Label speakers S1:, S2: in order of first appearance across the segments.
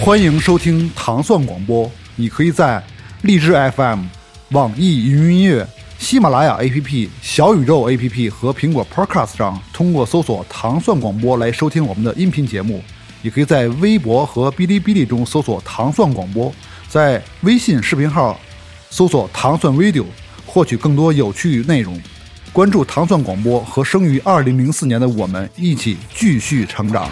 S1: 欢迎收听糖蒜广播，你可以在荔枝 FM、网易云音乐、喜马拉雅 APP、小宇宙 APP 和苹果 Podcast 上通过搜索“糖蒜广播”来收听我们的音频节目。也可以在微博和哔哩哔哩中搜索“糖蒜广播”，在微信视频号搜索“糖蒜 video”，获取更多有趣内容。关注糖蒜广播，和生于二零零四年的我们一起继续成长。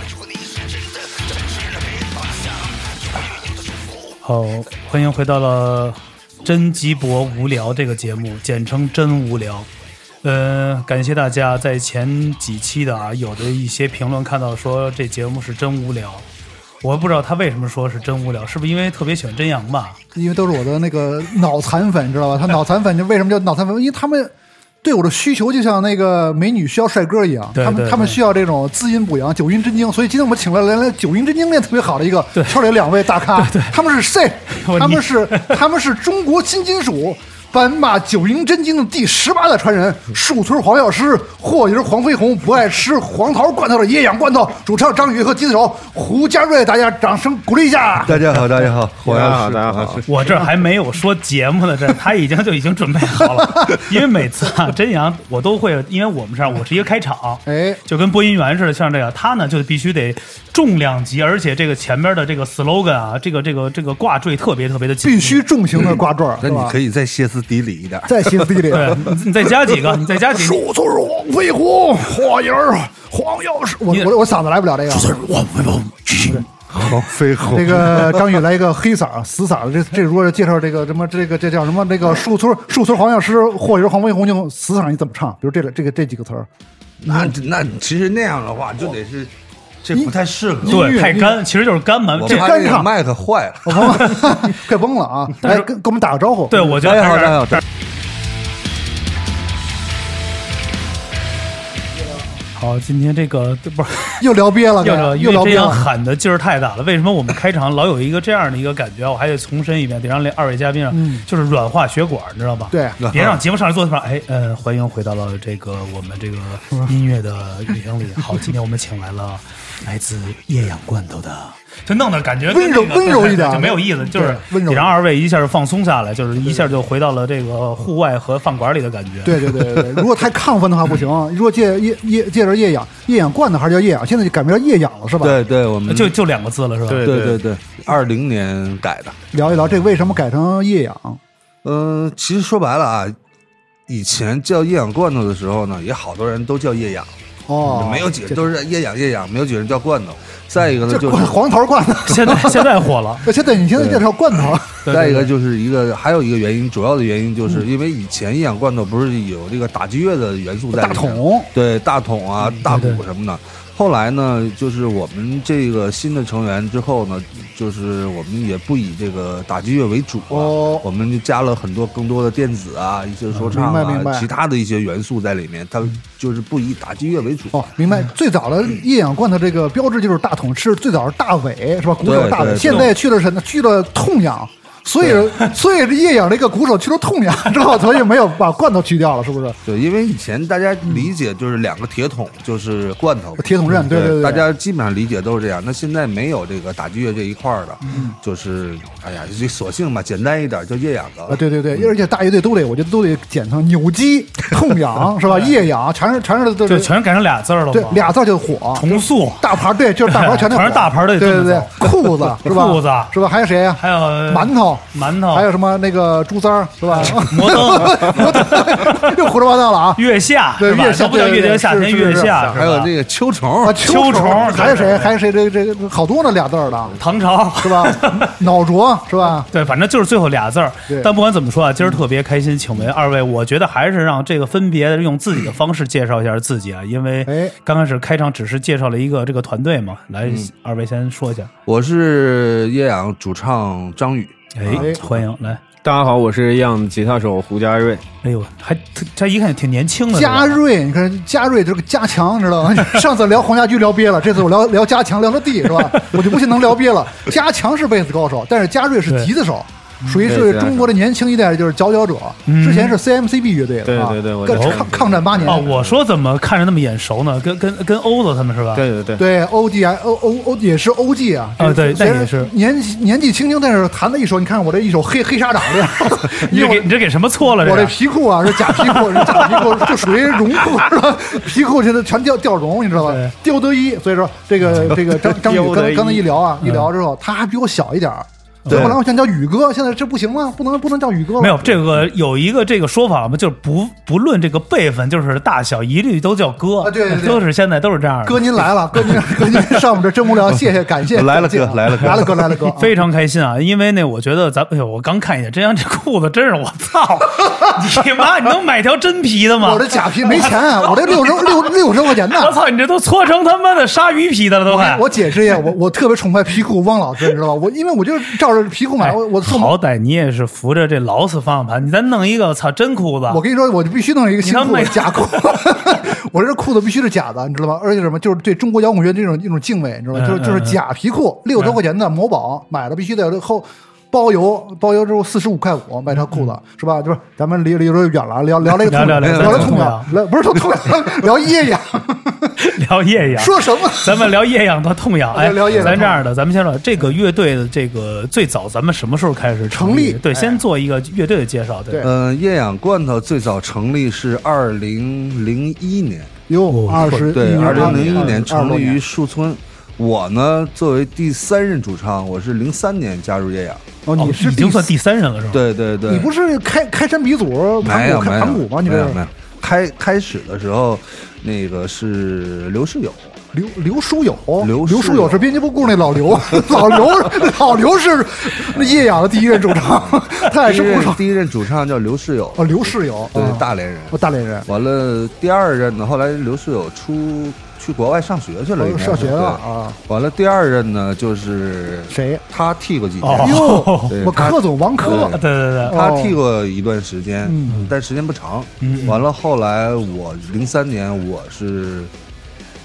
S2: 好，欢迎回到了《真吉博无聊》这个节目，简称“真无聊”。呃，感谢大家在前几期的啊，有的一些评论看到说这节目是真无聊，我不知道他为什么说是真无聊，是不是因为特别喜欢真阳吧？
S1: 因为都是我的那个脑残粉，知道吧？他脑残粉就为什么叫脑残粉？因为他们对我的需求就像那个美女需要帅哥一样，
S2: 对
S1: 他们
S2: 对
S1: 他们
S2: 对
S1: 需要这种滋阴补阳、九阴真经。所以今天我们请了来来九阴真经练特别好的一个圈里两位大咖，他们是谁？
S2: 我
S1: 他们
S2: 你
S1: 是他们是中国新金属。斑马九阴真经的第十八代传人，树村黄药师，霍营黄飞鸿，不爱吃黄桃罐头的野养罐头，主唱张宇和吉他手胡家瑞，大家掌声鼓励一下。
S3: 大家好，大家 好，黄药师，
S4: 大家好，
S2: 我这儿还没有说节目呢，这他已经就已经准备好了， 因为每次啊，真阳我都会，因为我们上我是一个开场，
S1: 哎，
S2: 就跟播音员似的，像这个他呢就必须得重量级，而且这个前边的这个 slogan 啊，这个这个这个挂坠特别特别的紧。
S1: 必须重型的挂坠儿，
S3: 嗯那
S1: 是吧
S3: 你可以再歇斯底里一点。
S1: 再歇斯底里。
S2: 对，你你再加几个，你再加几个。
S1: 树村黄飞鸿，花营儿黄药师，我
S2: 你
S1: 我我嗓子来不了这个。
S3: 黄飞鸿
S1: 这个张宇来一个黑嗓死嗓子，这这如果介绍这个什么这个这叫什么这个树村树村黄药师，霍营儿黄飞鸿就死嗓，你怎么唱？比如这个这个这几个词儿，
S3: 那那其实那样的话就得是，这不太适合。
S1: 音乐
S2: 对，太干，其实就是干嘛。
S3: 我
S2: 这
S1: 怕
S3: 怕
S1: 干
S3: 这
S1: 唱
S3: 个麦克坏了。
S1: 我疯了， 快崩了啊！来跟跟我们打个招呼。
S2: 对，我觉得还是
S3: 好，大家
S2: 好。今天这个不是
S1: 又聊憋了，
S2: 要聊，
S1: 又
S2: 因
S1: 聊
S2: 为
S1: 憋
S2: 这样
S1: 了。
S2: 喊的劲儿太大了。为什么我们开场老有一个这样的一个感觉？我还得重申一遍，得让两二位嘉宾啊，就是软化血管，你知道吧？
S1: 嗯对
S2: 别让节目上来坐地方。哎，呃，欢迎回到了这个我们这个音乐的旅行里。好，今天我们请来了来自夜氧罐头的，就弄得感觉跟那个
S1: 温柔温柔一点
S2: 就没有意思，就是
S1: 温柔
S2: 得让二位一下就放松下来，就是一下就回到了这个户外和饭馆里的感觉。
S1: 对对对对对，如果太亢奋的话不行。如果借夜夜借着夜养夜养罐头还是叫夜养，现在就改名叫夜养了是吧？
S3: 对对，我们
S2: 就就两个字了，是吧？
S4: 对
S3: 对对对，二零年改的。
S1: 聊一聊这为什么改成夜养？
S3: 嗯，其实说白了啊，以前叫液氧罐头的时候呢，也好多人都叫液氧，
S1: 哦，
S3: 没有几个都是液氧液氧，没有几个人叫罐头。再一个呢，
S1: 这
S3: 就是
S1: 罐黄桃罐头。
S2: 现在现在火了。
S1: 那现在你现在介绍罐头，啊
S2: 对
S3: 再一
S2: 对
S3: 个就是一个，还有一个原因，主要的原
S1: 嗯
S3: 因就是因为以前一氧罐头不是有这个打击乐的元素在里
S1: 大
S3: 面，
S1: 桶嗯
S3: 对大桶啊、大
S2: 对
S3: 鼓什么的。后来呢，就是我们这个新的成员之后呢，就是我们也不以这个打击乐为主了、
S1: 哦
S3: 我们就加了很多更多的电子啊、一些说唱
S1: 明白明白嗯
S3: 啊、其他的一些元素在里面，它就是不以打击乐为主。
S1: 哦，明白。最早的液氧罐头这个标志就是大桶，是最早是大伟是吧？鼓手
S3: 对
S1: 大伟，
S3: 对
S1: 现在去了什么？去了痛痒，所以所以这液氧这个鼓手去了痛痒 之后，所以没有把罐头去掉了，是不是？
S3: 对，因为以前大家理解就是两个铁桶就是罐头嘛，
S1: 呃铁桶阵对对对
S3: 大家基本上理解都是这样。那现在没有这个打击乐这一块儿的，
S1: 嗯
S3: 就是哎呀，就索性吧，简单一点叫液氧的。
S1: 啊，对对对，而且大乐队都得，我觉得都得简称扭机、痛痒是吧？液氧全是全是都
S2: 就全改成俩字儿了嘛，
S1: 对俩字儿就火，
S2: 重塑，
S1: 大牌儿对，就是大牌儿全
S2: 全是大牌儿的
S1: 对对对
S2: 这，
S1: 裤子是吧？
S2: 裤子
S1: 是吧？还有谁呀？
S2: 还有
S1: 馒头，
S2: 呃馒头，
S1: 还有什么那个猪三儿 是吧？
S2: 摩登、
S1: 又胡说八道了 啊！
S2: 月下，
S1: 对
S2: 是吧
S1: 月下
S2: 都不叫
S1: 对
S2: 月
S1: 对
S2: 下，夏
S1: 是
S2: 天
S1: 是
S2: 月
S1: 是
S2: 下，
S3: 还有这
S2: 个
S3: 个秋虫
S1: 啊，，
S2: 秋虫
S1: 还有
S2: 对
S1: 谁？
S2: 对对
S1: 还有谁？这这这好多呢，俩字儿的
S2: 唐朝，
S1: 是吧？ 脑浊是吧？
S2: 对，反正就是最后俩字儿
S1: 对。
S2: 但不管怎么说啊，今儿特别开心，请为二位，我觉得还是让这个分别用自己的方式介绍一下自己啊，因
S1: 哎嗯
S2: 为刚开始开场只是介绍了一个这个团队嘛，来，二位先说一下，
S3: 我是液氧主唱张宇。
S2: 哎，欢迎来，
S4: 大家好，我是 Young 吉他手胡家瑞。
S2: 哎呦，还他一看就挺年轻的，
S1: 嘉
S2: 是吧
S1: 瑞，你看嘉瑞这个加强，知道 吗？上次聊黄家驹聊憋了，这次我聊 聊加强，聊到地是吧？我就不信能聊憋了。加强是贝斯高手，但是嘉瑞是
S2: 对
S1: 吉他手，属于是中国的年轻一代，就是佼佼者。
S2: 嗯
S1: 之前是 CMCB 乐队的啊，
S4: 对对对我
S1: 跟
S4: 知道
S1: 抗抗战八年
S2: 哦，我说怎么看着那么眼熟呢？跟跟跟欧子他们是吧？，
S4: 对对 对，
S1: 对 OG 啊 O O O 也是 OG 啊，
S2: 啊对
S1: 虽然
S2: 那也是
S1: 年纪年纪轻轻，但是弹的一首，你看我这一首黑黑纱掌的，
S2: 你
S1: 因
S2: 这
S1: 为
S2: 给你这给什么错了？
S1: 我这
S2: 这
S1: 皮裤啊是假皮裤，是假皮裤，就属于绒裤，是吧？皮裤现在全掉掉绒，你知道吧
S2: 对？
S1: 丢得一，所以说这 个这个张张宇
S4: 丢得
S1: 刚
S4: 一
S1: 刚才一聊啊，
S2: 嗯
S1: 一聊之后，他还比我小一点儿，
S4: 对
S1: 本来我想叫宇哥，现在这不行了，不能不能叫宇哥了。
S2: 没有这个有一个这个说法嘛，就是不不论这个辈分，就是大小，一律都叫哥。
S1: 啊对对对
S2: 都是现在都是这样的。
S1: 哥您来了，哥您哥您上我们这真无聊，谢谢感谢，
S3: 来了哥
S1: 感谢啊
S3: 来了哥
S1: 来了哥来了哥，啊
S2: 非常开心啊，因为那我觉得咱哎呦，我刚看一眼，真阳这裤子真是我 操，你妈，你能买条真皮的吗？
S1: 我这假皮没钱啊，我这六十六六十块钱 呢。
S2: 我操，你这都搓成他妈的鲨鱼皮的了都快。
S1: 我解释一下，我我特别崇拜皮裤汪老师，你知道吧？我因为我就是照着皮裤买，
S2: 哎
S1: 我我做梦
S2: 好歹你也是扶着这劳斯方向盘，你再弄一个操真裤子，
S1: 我跟你说，我就必须弄一个新
S2: 你
S1: 裤
S2: 他妈
S1: 子， 假裤。我这裤子必须是假的，你知道吗？而且什么，就是对中国摇滚乐这种一种敬畏，你知道吗？
S2: 嗯
S1: 就是就是
S2: 嗯
S1: 假皮裤，六十多块钱的某宝买的，必须得后包邮，包邮之后四十五块五买条裤子，是吧？就是咱们离离有点远了，聊聊这个
S2: 聊
S1: 痛
S2: 嗯聊聊
S1: 聊
S2: 聊
S1: 这痛痒，聊不是痛痛痒，聊夜痒，
S2: 聊夜痒。
S1: 说什么？
S2: 咱们聊夜痒到痛痒，哎，
S1: 聊夜痒
S2: 咱这样的，咱们先说这个乐队的这个最早，咱们什么时候开始
S1: 成
S2: 立？
S1: 立哎
S2: 对，先做一个乐队的介绍，对哦
S1: 对
S3: 呃，夜氧罐头最早成立是二零零一年，
S1: 哟，二十
S3: 哦对，二零零一
S1: 呃年
S3: 年成立于树村。我呢，作为第三任主唱，我是零三年加入夜氧。
S1: 哦，
S2: 哦
S1: 你是
S2: 已经算
S1: 第
S2: 第三人了是吧？
S3: 对对对，
S1: 你不是开开山鼻祖
S3: 没
S1: 盘
S3: 有
S1: 古
S3: 没
S1: 开
S3: 有
S1: 盘古吗？你
S3: 没
S1: 这
S3: 有没有。开开始的时候，那个是刘世友，
S1: 刘刘书友，刘
S3: 刘书
S1: 书
S3: 友
S1: 友是编辑部故那老 刘，老刘老刘是那叶雅的第一任主唱， 他也
S3: 第一
S1: 哎是鼓手
S3: 任第一任主唱叫刘世友，
S1: 哦，刘世友，
S3: 对
S1: 啊，
S3: 大连人。
S1: 哦大连人，
S3: 完了，第二任呢，后来刘世友出去国外上学去了，应该
S1: 哦
S3: 是
S1: 上学了。
S3: 对
S1: 啊，
S3: 完了，第二任呢，就是
S1: 谁？
S3: 他替过几
S2: 哦
S3: 年，
S1: 哟
S3: 对，
S1: 我
S3: 他
S1: 柯总王柯
S2: 啊对，对对对，
S1: 哦
S3: 他替过一段时间，但时间不长。
S1: 嗯
S3: 完了，后来我零三年我是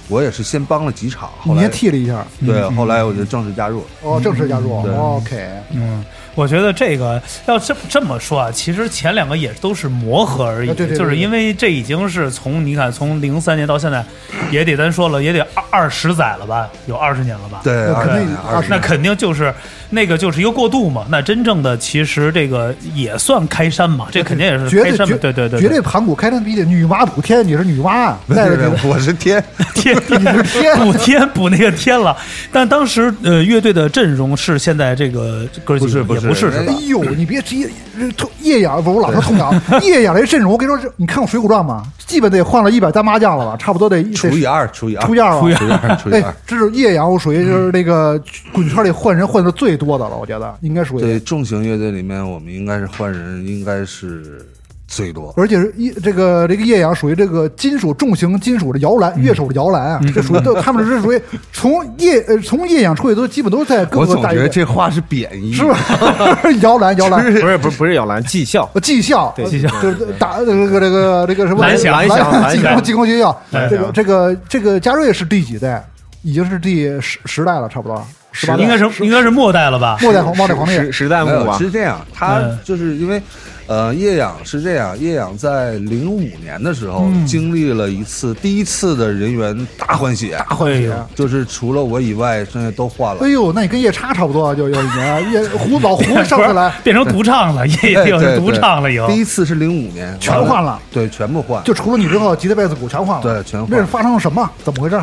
S3: 我也是先帮了几场，后
S1: 你也嗯
S3: 来
S1: 替了一下，
S3: 对，后来我就正式加入。
S1: 哦，正式加入
S3: 嗯对
S1: ，OK，
S2: 嗯，我觉得这个要这这么说啊，其实前两个也都是磨合而已，
S1: 啊对对对
S2: 就是因为这已经是从你看从零三年到现在，也得咱说了也得二二十载了吧，有二十年了吧？
S3: 对，
S1: 那
S3: 二
S1: 肯
S3: 十
S1: 定
S3: 年，二十
S2: 啊那
S3: 年。
S2: 肯定就是那个就是一个过渡嘛。那真正的其实这个也算开山嘛，这肯定也是
S1: 绝
S2: 开
S1: 对
S2: 山嘛。
S1: 绝
S2: 对对对，
S1: 绝对盘古开山鼻的女娲补天，你是女娲啊， 带着你的
S3: 我是 天，
S2: 天
S1: 你是 天
S2: 补天补那个天了。但当时呃乐队的阵容是现在这个哥几
S3: 不是
S2: 个
S3: 不
S2: 也
S3: 是
S2: 不是是
S1: 哎
S2: 吧？
S1: 呦，你别直接这痛夜眼，不是我老说痛痒，夜眼这阵容，我跟你说，这你看过《水浒传》吗？基本得换了一百单麻将了吧，差不多得
S3: 除以二，除以二，
S1: 出样了。
S2: 除以
S3: 除以二，除以
S1: 哎
S3: 二。，嗯
S1: 这是叶阳，我属于就是那个滚圈里换人换的最多的了，我觉得应该属
S3: 对
S1: 于。
S3: 重型乐队里面，我们应该是换人，应该是最多。
S1: 而且是一这个这个叶阳属于这个金属重型金属的摇
S3: 嗯
S1: 篮，乐手的摇篮啊，这属于都他们这属于从叶呃从叶阳出去都基本都在各
S3: 我
S1: 个
S3: 总
S1: 大
S3: 觉
S1: 乐
S3: 得
S1: 队
S3: 这话是贬义，
S1: 是吧？ 摇篮摇 篮，
S4: 不是不是不是摇篮，技校。
S1: 呃技校，
S4: 对
S1: 呃
S4: 技校
S1: 就是打这个这个这个什么
S2: 蓝翔
S4: 蓝翔蓝
S1: 进
S4: 翔
S1: 攻进攻学校，
S4: 蓝翔
S1: 这个这个这个嘉瑞是第几代？已经是第十十代了，差不多十八代，
S2: 应该是应该是末代了吧？
S1: 末代皇末代皇
S4: 时
S1: 帝。
S4: 时代啊
S3: 没
S4: 幕
S3: 有
S4: 吧？
S3: 是这样，他
S2: 嗯
S3: 就是因为，呃，叶养是这样，叶养在零五年的时候
S1: 嗯
S3: 经历了一次第一次的人员大换血，
S2: 会有。
S3: 就是除了我以外，剩下都换了
S1: 哎。呦，那你跟夜叉差不多，啊就有一年夜胡老胡
S2: 不
S1: 上次来
S2: 是 变成独唱了，也
S3: 对
S2: 也有
S3: 对
S2: 独
S3: 对
S2: 唱了，有
S3: 第一次是零五年，
S1: 全换了，
S3: 对，全部换，
S1: 就除了你之后，吉他、贝斯、鼓全换了，
S3: 对全换
S1: 那
S3: 了
S1: 是发生了什么？怎么回事？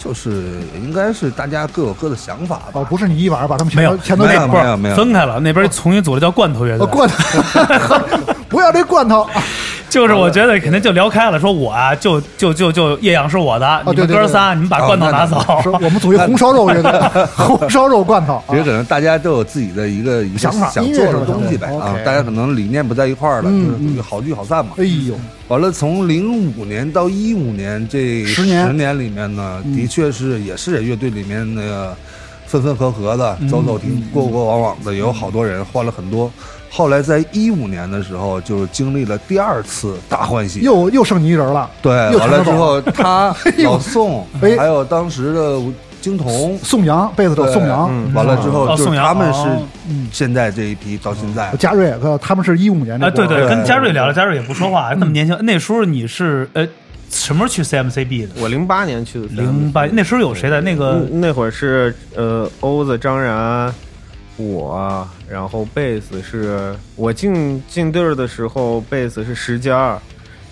S3: 就是应该是大家各有各的想法吧。
S1: 哦，不是你一晚上把他们全
S2: 没有
S1: 都全都
S3: 没有
S1: 弄
S2: 不
S1: 了哦
S2: 是
S3: 没有没有
S2: 分开了，那边重新组了叫罐头乐
S1: 呃
S2: 队，
S1: 罐头， 不要这罐头，
S4: 哦
S2: 就是我觉得肯定就聊开了，说我啊就就就就叶阳是我的，你
S1: 哦对
S2: 们
S1: 对哦
S2: 哥
S1: 对
S2: 仨你们把罐头拿走，
S1: 是 我们组一红烧肉乐队，红烧肉罐头啊
S3: 其实可能大家都有自己的一个一个
S1: 想法
S3: 想
S1: 音乐
S3: 做
S1: 上
S3: 的
S1: 的
S3: 东西呗
S1: 想法
S3: 啊，
S1: OK 嗯
S3: 大家可能理念不在一块儿了，就是好聚好散嘛
S1: 哎。呦，
S3: 完了，从零五年到一五年这
S1: 十
S3: 十
S1: 年嗯
S3: 年里面呢，的确是也是乐队里面那个分分合合的，
S1: 嗯
S3: 走走停过过往往的，也有好多人换了很多。后来在一五年的时候，就经历了第二次大换血。
S1: 又又剩你一人了，
S3: 对，
S1: 又
S3: 完
S1: 全都
S3: 了之
S1: 走
S3: 后，他
S1: 呦
S3: 老宋，
S1: 哎
S3: 还有当时的金童，
S1: 宋阳贝斯手
S3: 对
S1: 宋阳，
S4: 嗯
S3: 完了之后
S2: 哦
S3: 就是
S2: 宋阳
S3: 他们
S2: 哦
S3: 是现在这一批到现在，
S1: 嘉瑞，呃他们是一五年
S2: 哎，
S4: 啊
S1: 的，
S2: 对对，
S3: 对
S2: 跟嘉瑞聊了，嘉瑞也不说话，
S1: 嗯
S2: 那么年轻。那时候你是呃什么时候去 CMCB 的？
S4: 我零八年去的
S2: 零八，那时候有谁在？那个
S4: 嗯那会儿是呃，欧子、张然，我，啊然后贝斯是我进进队儿的时候，贝斯是石尖儿，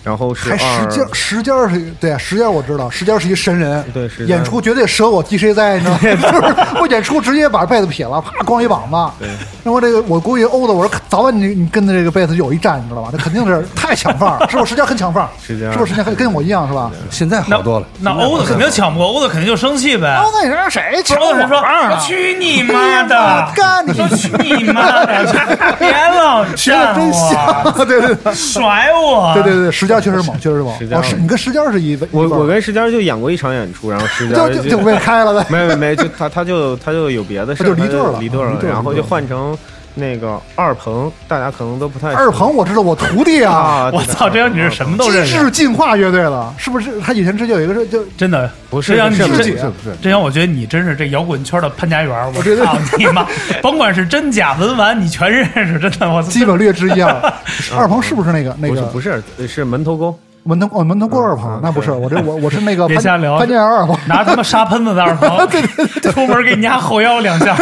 S4: 然后是
S1: 还
S4: 二
S1: 时间时间是，对时间我知道，时间是一神人，
S4: 对时间
S1: 演出绝对舍我替谁栽，你 知道吗？就是 我演出直接把被子撇了，啪光一膀子。然后这个我估计欧子，我说早晚你你跟着这个被子有一站，你知道吧？这肯定是太抢范 儿，是不是？时间很抢范儿，
S4: 时间
S1: 是不是？时间很跟我一样是吧？
S3: 呃现在好多了。
S2: 那欧子肯定抢不过，欧子肯定就生气呗。
S1: 欧子，哎你让谁哦抢
S2: 欧
S1: 我
S2: 子说：“
S1: 范儿
S2: 我
S1: 啊？
S2: 去你妈的
S1: 我！干你
S2: 我去你妈的！ 别老
S1: 学的
S2: 站
S1: 真
S2: 我，
S1: 像， 对对对
S2: 甩我！
S1: 对对对，时间确实猛，确实猛
S4: 时。间
S1: 哦，是你跟时间是一，
S4: 我
S1: 一份儿
S4: 我跟石尖儿就演过一场演出，然后石尖儿
S1: 就就就被开了呗。
S4: 没没没，就他他就他就有别的事
S1: 他
S4: 儿，
S1: 就离队儿了哦
S4: 他离队儿
S1: 离
S4: 了，
S1: 队儿
S4: 然后
S1: 离队儿
S4: 就
S1: 了
S4: 换成那个二鹏，大家可能都不太熟
S1: 二鹏，我知道我徒弟啊，
S4: 啊，
S2: 我操！这让你是什么都
S1: 机
S2: 认识，
S1: 智进化乐队了，是不是？他以前之前有一个是就
S2: 真的
S4: 不是
S2: 这让你
S4: 是
S1: 不是
S2: 真
S1: 不
S3: 是不是
S2: 这让我觉得你真是这摇滚圈的潘家园儿。我
S1: 对对
S2: 操你妈！甭管是真假文玩，你全认识，真的 我操！
S1: 基本略知一二。二鹏是不是那个那
S4: 不是
S1: 个
S4: 不是呃是门头沟，
S1: 门头哦门头沟二鹏？那不是我这我我是那个
S2: 别
S1: 潘
S2: 瞎聊
S1: 潘家园二鹏。
S2: 拿他妈沙喷子在那儿疼，出门给你家后腰两下，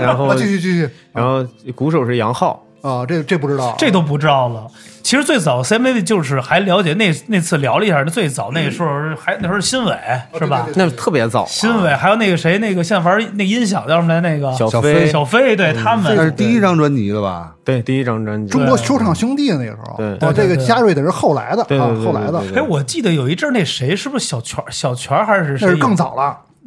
S4: 然后
S1: 啊，继续继续
S4: 然后鼓手是杨浩，
S1: 啊，这这不知道，
S2: 这都不知道了。其实最早 CMV 就是还了解那那次聊了一下，那最早那时候还那时候是新伟是吧？
S1: 对对对
S4: 那特别早啊，
S2: 新伟还有那个谁那个现玩那音响叫什么来那个
S4: 小
S3: 小
S4: 飞
S3: 飞
S2: 小飞对他
S3: 那是
S2: 们
S3: 第一张专辑的吧？
S4: 对第一张专辑
S1: 中国说唱兄弟那时候
S4: 对，
S1: 哦，
S2: 对
S1: 这
S2: 对
S1: 个
S2: 对
S1: 嘉瑞得是后来的
S4: 对
S1: 啊
S4: 对对，对
S1: 后来的
S4: 对对
S2: 哎，我记得有一阵儿那谁是不是小泉小泉还是谁
S1: 那是更早了，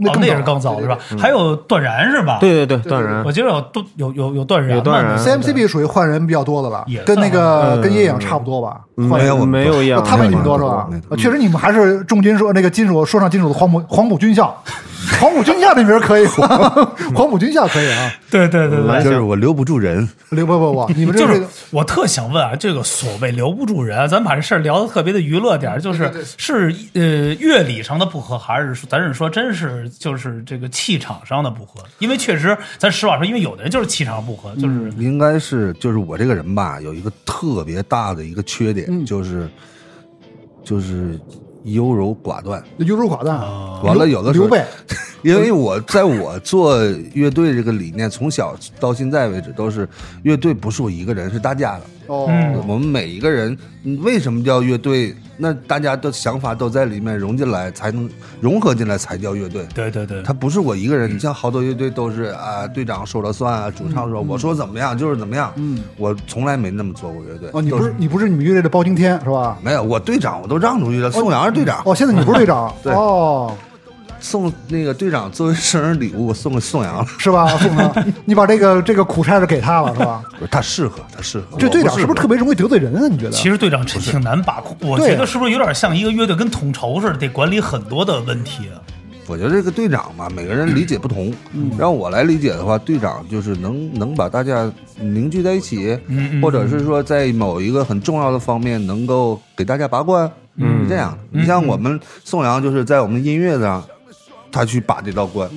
S2: 哦，那也是更早
S1: 了
S2: 了是吧？？还有段然是吧？，
S4: 对对对，断然
S2: 我记得有段有有有段然
S4: 有
S2: 吧，
S4: 段然
S1: 对对对 CMCB 属于换人比较多的了
S2: 也，
S1: 跟那个
S4: 算
S1: 跟野影差不多吧？
S4: 嗯
S1: 换
S3: 没有我们
S4: 没有一样，
S1: 他们
S4: 没
S1: 你
S4: 有
S1: 们
S4: 一
S1: 多
S4: 样
S1: 是吧
S3: 那个？
S1: 呃确实，你们还是重金属那个金属说唱金属的黄埔黄埔军校，黄埔军校这名儿可以，啊黄埔军校可以啊。
S2: 对对对对
S4: 嗯。
S3: 就是我留不住人，
S1: 刘不不不，你们这
S2: 就
S1: 这
S2: 是
S1: 个
S2: 我特想问啊，这个所谓留不住人啊，咱把这事儿聊得特别的娱乐点儿，就是是呃乐理上的不合，还是说咱是说真是就是这个气场上的不合？因为确实，咱实话说，因为有的人就是气场不合，
S4: 嗯
S2: 就是
S3: 应该是就是我这个人吧，有一个特别大的一个缺点，
S2: 嗯
S3: 就是就是优柔寡断。
S1: 优柔寡断，
S3: 哦
S2: 哦
S3: 完了，有的时候
S1: 刘备，
S3: 因为我在我做乐队这个理念，从小到现在为止都是乐队不是我一个人，是大家的。
S1: 哦，
S2: 嗯
S3: 我们每一个人嗯为什么叫乐队？那大家的想法都在里面融进来，才能融合进来，才叫乐队。
S2: 对对对，
S3: 他不是我一个人，你像好多乐队都是啊，队长说了算啊，主唱说我说怎么样就是怎么样。嗯，我从来没那么做过乐队。
S1: 哦，你
S3: 都
S1: 不是你不是你们乐队的包青天是吧？
S3: 没有，我队长我都让出去了。宋阳是队长，
S1: 哦，现在你不是队长
S3: 对
S1: 哦，
S3: 送那个队长作为生日礼物，我送给宋阳了。
S1: 是吧？宋哥，你把这个这个苦差事给他了是吧？
S3: 不是他适合，他适合。
S1: 这队长是不是
S3: 特？
S1: 特别容易得罪人啊？你觉得？
S2: 其实队长真挺难把控，我
S1: 对
S4: 啊
S2: 觉得是不是有点像一个乐队跟统筹似的，得管理很多的问题啊？
S3: 我觉得这个队长吧，每个人理解不同。让我来理解的话，队长就是能能把大家凝聚在一起，或者是说在某一个很重要的方面能够给大家拔罐，是这样的。你像我们宋阳，就是在我们音乐上，他去把这道关，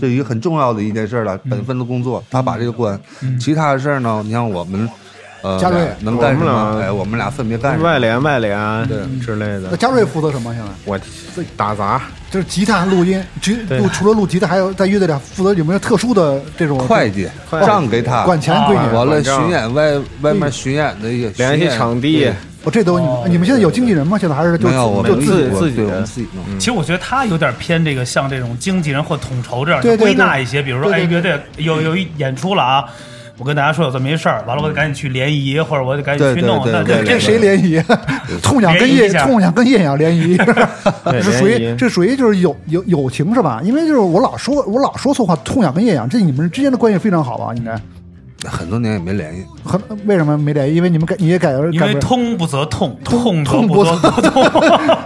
S3: 这一个很重要的一件事了，本分的工作，他把这个关。其他的事儿呢，你像我们，呃
S1: 嘉瑞，
S3: 能干什
S4: 我们
S3: 么？
S4: 俩
S3: 哎，我们俩分别干什么？
S4: 外联外联之类
S1: 那
S4: 的，
S1: 嘉瑞负责什么现在？
S4: 我打杂
S1: 就是吉他录音，吉
S4: 对
S1: 录除了录吉他，还有在乐队里负责有没有特殊的这种
S3: 会计
S4: 会计
S3: 账给他，
S1: 管钱归你？
S3: 完了
S4: 管账
S3: 巡演外外面巡演的也
S4: 联系
S3: 巡演
S4: 场地，
S1: 我这都你
S2: 哦
S1: 们，你们现在有经纪人吗？现在还是就
S3: 没有，我
S1: 就
S3: 们
S1: 自己
S4: 己
S3: 我
S4: 自己
S3: 对
S4: 的
S3: 我们自己弄。
S1: 嗯
S2: 其实我觉得他有点偏这个，像这种经纪人或统筹这样
S1: 对对
S2: 归
S1: 对
S2: 纳一些，比如说，哎，
S1: 对
S2: 乐队有有一演出了啊，我跟大家说有这么一事儿，完了我得赶紧去联谊，或者我得赶紧去
S3: 对对
S2: 弄。
S3: 对
S2: 那
S3: 对
S2: 那
S3: 对
S1: 跟谁联谊？痛痒跟
S2: 联谊
S1: 叶
S2: 一下
S1: 痛痒跟叶痒联谊，这属
S4: 联
S1: 于
S4: 谊
S1: 这属于就是友友友情是吧？因为就是我老说我老说错话，痛痒跟叶痒，这你们之间的关系非常好吧？应该
S3: 很多年也没联系，
S1: 很为什么没联谊？因为你们改你也改
S2: 因
S1: 改
S2: 为
S1: 不了，
S2: 通不则痛，痛则
S1: 痛
S2: 不
S1: 不
S2: 则痛。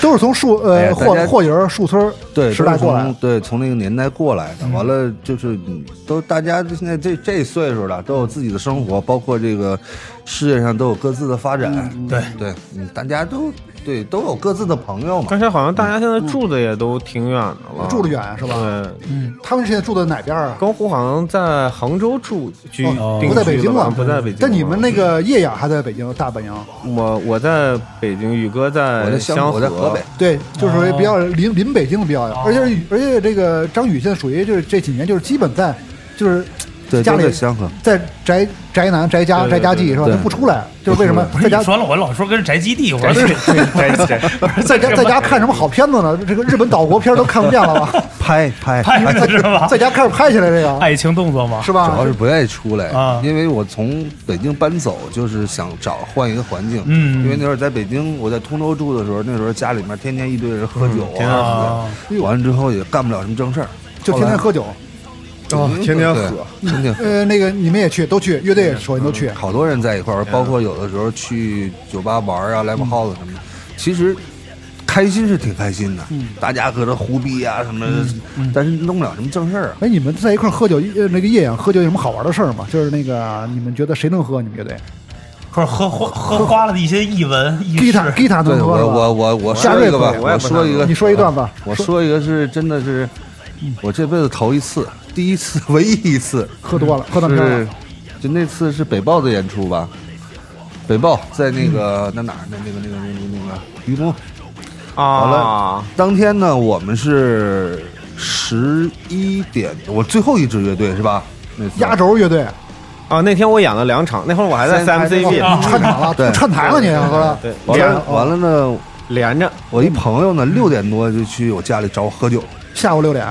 S1: 都是从树
S3: 哎
S1: 呃
S3: 呀
S1: 霍
S3: 大家
S1: 霍营儿树村儿
S3: 对，
S1: 时
S3: 都
S1: 代
S3: 是
S1: 过来
S3: 从，对，从那个年代过来的。完了就是嗯都大家现在这这岁数了，都有自己的生活，包括这个事业上都有各自的发展。
S2: 对
S3: 对，嗯大家都对，都有各自的朋友嘛。
S4: 但是好像大家现在住的也都挺远的了，
S1: 住的远是吧
S4: 对，
S1: 嗯他们现在住在哪边儿啊？
S4: 高虎好像在杭州住居，
S2: 哦
S4: 定
S1: 不在
S4: 居
S1: 北京
S4: 了吧，
S1: 了，
S4: 不在北京了。
S1: 但你们那个叶雅还在北京大本营，
S4: 我我在北京，宇哥
S3: 我
S4: 在
S3: 在香，
S4: 河，
S3: 我在河北，
S1: 对，就是属于
S2: 哦
S1: 比较临临北京的比较远，而且而且这个张宇现在属于就是这几年就是基本在就是
S3: 对，
S1: 家
S3: 都在
S1: 里
S3: 香河。
S1: 在宅宅男宅家
S4: 对对
S1: 宅家妓是吧？
S3: 对
S1: 他不出来，就是为什么
S2: 不
S1: 在
S2: 是
S1: 家
S2: 你说了，我老说跟宅基地，我说
S4: 对 对对
S1: 在家在家看什么好片子呢？这个日本岛国片都看不见了吧？
S3: 拍拍，
S2: 拍的是吧？哎
S1: 在家开始拍起来这个
S2: 爱情动作嘛，
S1: 啊是
S3: 主
S1: 吧
S3: 要？是不愿意出来，
S2: 啊
S3: 因为我从北京搬走，就是想找换一个环境。
S2: 嗯
S3: 因为那会儿在北京，我在通州住的时候，那时候家里面天天一堆人喝酒
S4: 天天
S3: 啊
S2: 喝，
S3: 对完了之后也干不了什么正事儿，
S1: 就天天喝酒。
S3: 后
S4: 哦
S3: 来，嗯
S4: 天天，喝
S3: 对 天天喝。
S1: 呃，那个你们也去，都去，乐队首先都去。
S3: 好多人在一块儿，包括有的时候去酒吧玩儿啊、live house 什么的，其实开心是挺开心的，大家搁这胡逼啊什么，但是弄不了什么正事儿啊。
S1: 哎，你们在一块儿喝酒，呃，那个夜宴喝酒有什么好玩的事儿吗？就是那个你们觉得谁能喝？你们乐队
S2: 不是喝花喝花了的一些译文
S1: 吉
S2: 意
S1: 他
S2: 识，
S1: 吉他
S3: 对
S1: 能喝
S3: 我
S1: 是吧
S3: 我我我
S1: 夏
S3: 说
S1: 瑞
S3: 一个吧
S1: 可，以
S4: 我也
S3: 我
S4: 不
S3: 说
S4: 太
S3: 一个，
S1: 你说一段吧
S3: 我说一个是真的是，我这辈子头一次，第一次， 唯一一次
S1: 喝多了，喝断片
S3: 嗯是
S1: 了。，
S3: 就那次是北豹的演出吧，北豹在那个
S1: 嗯
S3: 那哪儿那那个那个那个那个榆木。好了
S4: 啊，，
S3: 当天呢，我们是十一点，我最后一支乐队是吧？那次
S1: 压轴乐队
S4: 啊！那天我演了两场，那会儿我还在
S3: 三
S1: 哦
S2: 啊
S4: CMCB
S1: 串场了，
S3: 对
S1: 串台了你喝了。
S4: 对
S3: 完
S4: 连
S3: 了完了呢，
S4: 连着，
S3: 我一朋友呢六点多就去我家里找我喝酒，
S1: 下午六点，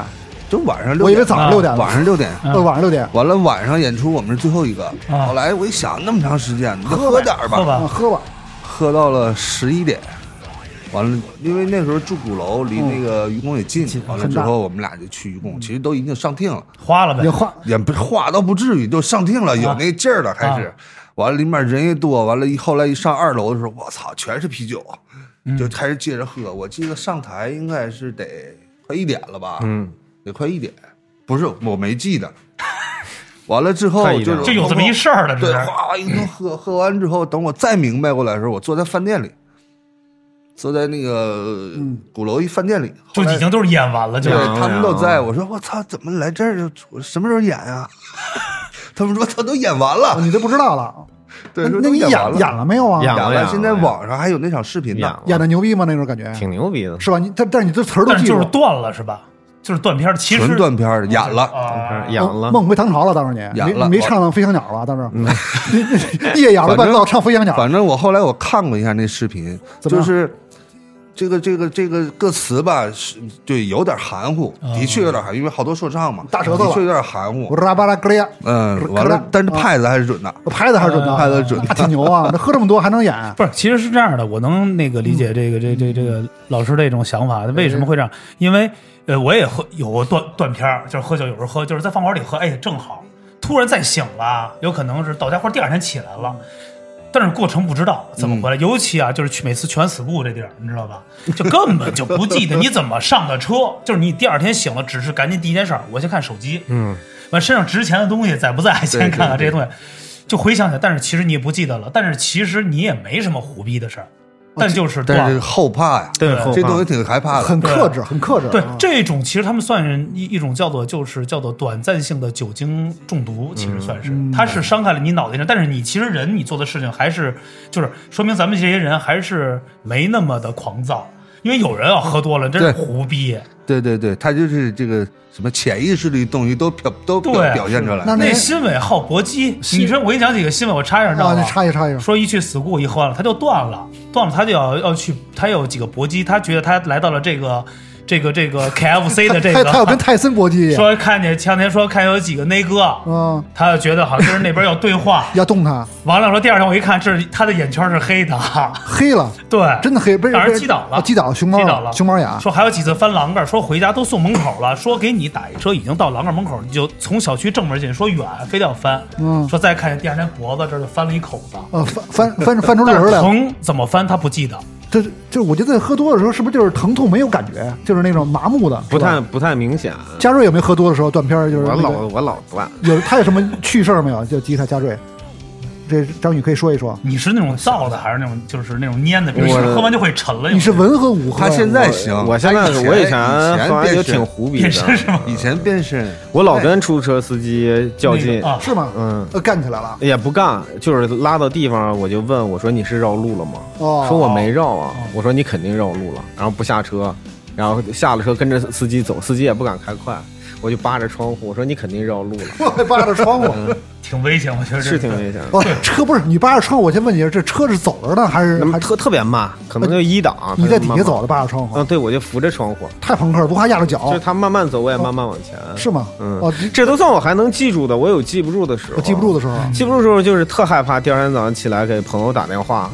S3: 就晚上六点，
S1: 我以为早上六点，
S3: 晚上六点，
S2: 嗯
S1: 呃晚上六点，
S3: 完了晚上演出我们是最后一个。后来我一想那么长时间，啊喝喝点儿
S2: 喝
S3: 吧，
S1: 啊
S2: 吧，
S1: 喝吧，
S3: 喝到了十一点。完了，因为那时候住鼓楼，离那个愚公也嗯近。完了之后，我们俩就去愚公，其实都已经上听了，
S2: 花了呗
S1: 也，换
S3: 也不话倒不至于，就上听了，
S2: 啊
S3: 有那劲儿了，开始。完了，里面人也多，完了，一后来一上二楼的时候，我操，全是啤酒，
S2: 嗯
S3: 就开始接着喝。我记得上台应该是得快一点了吧？
S4: 嗯，
S3: 得快一点，不是我没记得。完了之后
S4: 快一
S3: 就是
S4: 点
S2: 就有这么一事儿了，啊这
S3: 对，
S2: 是
S3: 哗一顿喝，喝完之后，等我再明白过来的时候，我坐在饭店里，坐在那个
S2: 嗯
S3: 鼓楼一饭店里，
S2: 就
S3: 后来
S2: 已经都是演完了，就
S3: 对
S2: 是
S4: 嗯
S3: 他们都在，我说我操，怎么来这儿？我什么时候演啊？ 他们说他都演完了，
S1: 哦你都不知道了。
S3: 对，
S1: 那
S3: 说
S1: 那
S3: 都
S1: 你
S3: 演
S1: 演
S3: 完了，
S1: 演了没有啊？
S4: 演
S3: 演
S4: 了
S3: 了。现在网上还有那场视频
S4: 演
S3: 呢，
S4: 了，
S1: 演的牛逼吗？那种感觉
S4: 挺牛逼的。
S1: 是吧？你但但是你这词儿都
S2: 但
S1: 记
S2: 是
S1: 住
S2: 就是
S1: 了，
S2: 断了是吧？就是断片儿，其实
S3: 纯断片儿演了，
S2: 啊，
S4: 演了，
S1: 梦回唐朝了，当时你
S3: 演
S1: 没
S3: 了嗯
S1: 没唱飞翔鸟吧？当时你 你夜演了半道唱飞翔鸟，
S3: 反正我后来我看过一下那视频，
S1: 怎么
S3: 就
S1: 样
S3: 是这个这个这个歌词吧，是对有点含糊，的确有点含糊，因为好多说唱嘛，
S1: 大舌头了
S3: 的确有点含糊
S1: 我。拉巴拉格利亚，
S3: 嗯，完了，但是拍子还是准的。
S1: 拍的还是准的，
S3: 嗯拍得准
S1: 那挺牛 啊！这喝这么多还能演，
S2: 不是，其实是这样的，我能那个理解这个这这这个老师的一种想法，为什么会这样？因为呃，我也喝有过断断片儿，就是喝酒有时候喝，就是在饭馆里喝，哎，正好突然再醒了，有可能是到家或者第二天起来了。但是过程不知道怎么回来，尤其啊，就是去每次全死步这地儿，你知道吧？就根本就不记得你怎么上的车，就是你第二天醒了，只是赶紧第一件事儿，我先看手机，
S4: 嗯，
S2: 完身上值钱的东西在不在，先看看这些东西，就回想起来。但是其实你也不记得了，但是其实你也没什么胡逼的事儿，但就是
S3: 但
S2: 断
S3: 是
S2: 了。
S3: 后怕呀，
S4: 对
S2: 对
S4: 后
S3: 这
S4: 怕
S3: 东西挺害怕的。
S1: 很克制，很克制。
S2: 对
S1: 啊
S2: 这种，其实他们算是一一种叫做就是叫做短暂性的酒精中毒，其实算是它是伤害了你脑袋上，但是你其实人你做的事情还是就是说明咱们这些人还是没那么的狂躁，因为有人啊喝多了真是
S3: 对
S2: 胡逼，
S3: 对对对，他就是这个什么潜意识里的东西都表都表
S2: 对
S3: 表现出来。
S1: 那
S2: 那新闻好搏击。你说我给你讲几个新闻，我插一下，你知道
S1: 啊，
S2: 吗
S1: 你？插一插一，
S2: 说一去死固一喝啊了，他就断了，断了他就要要去，他有几个搏击，他觉得他来到了这个这个 这个 KFC 的这
S1: 他他要跟
S2: 个，
S1: 泰森搏击，
S2: 说看见前两天说看有几个那哥，
S1: 嗯，，
S2: 他就觉得好像跟人那边要对话
S1: 要动他，
S2: 完了说第二天我一看，这是他的眼圈是黑的，
S1: 黑了，
S2: 对，
S1: 真的黑，被
S2: 让人
S1: 被
S2: 击倒了
S1: 啊击倒熊猫
S2: 击倒了
S1: 熊猫眼，
S2: 说还有几次翻栏杆，说回家都送门口了，说给你打一车，已经到栏杆门口，你就从小区正门进，说远，非得要翻，
S1: 嗯
S2: 说再看见第二天脖子这儿就翻了一口子，
S1: 呃，翻翻翻翻出
S2: 但
S1: 绿
S2: 是
S1: 儿来了。
S2: 疼怎么翻他不记得，
S1: 这这，我觉得喝多的时候是不是就是疼痛没有感觉，就是那种麻木的，
S4: 不
S1: 是吧
S4: 太。不太明显。
S1: 嘉瑞有没有喝多的时候断片儿？就是
S4: 我
S1: 那个
S4: 老我老断，
S1: 有他有什么趣事儿没有？就吉他嘉瑞，这张宇可以说一说。
S2: 你是那种燥的，还是那种就是那种蔫的？比如
S4: 我
S2: 说喝完就会沉了，
S1: 你是
S2: 有没有
S1: 文和武和呀，
S3: 他现在行，
S4: 我现在
S3: 他
S4: 我以
S3: 前
S4: 前好像
S3: 变
S4: 就
S3: 身
S4: 挺胡逼
S2: 变身是
S4: 的，
S2: 吗？
S3: 以前变身，
S4: 我老跟出租车司机较
S2: 那
S4: 劲
S2: 个，啊，
S1: 是吗？
S4: 嗯，
S1: 呃，干起来了。
S4: 也不干，就是拉到地方我就问我说你是绕路了吗？
S1: 哦，
S4: 说我没绕啊，我说你肯定绕路了，然后不下车，然后下了车跟着司机走，司机也不敢开快，我就扒着窗户我说你肯定绕路了，
S1: 我还扒着窗户。
S4: 嗯
S2: 挺危险，我觉得这
S4: 是挺危险的。
S1: 哦，车不是你扒着窗户，我先问你，这车是走着呢还是
S4: 那么
S1: 还是
S4: 特特别慢，可能就一档。
S1: 你
S4: 他
S1: 在
S4: 就
S1: 底下
S4: 慢慢
S1: 走的扒着窗户
S4: 啊？？对，我就扶着窗户，
S1: 太朋克了，不怕压着
S4: 就是
S1: 脚
S4: 他慢慢走，我也慢慢往前。
S1: 哦是吗？
S4: 嗯
S1: 哦，你
S4: 这都算我还能记住的，我有记不住的时候。
S1: 记不住的时候，
S4: 记不住的时候就是特害怕，第二天早上起来给朋友打电话，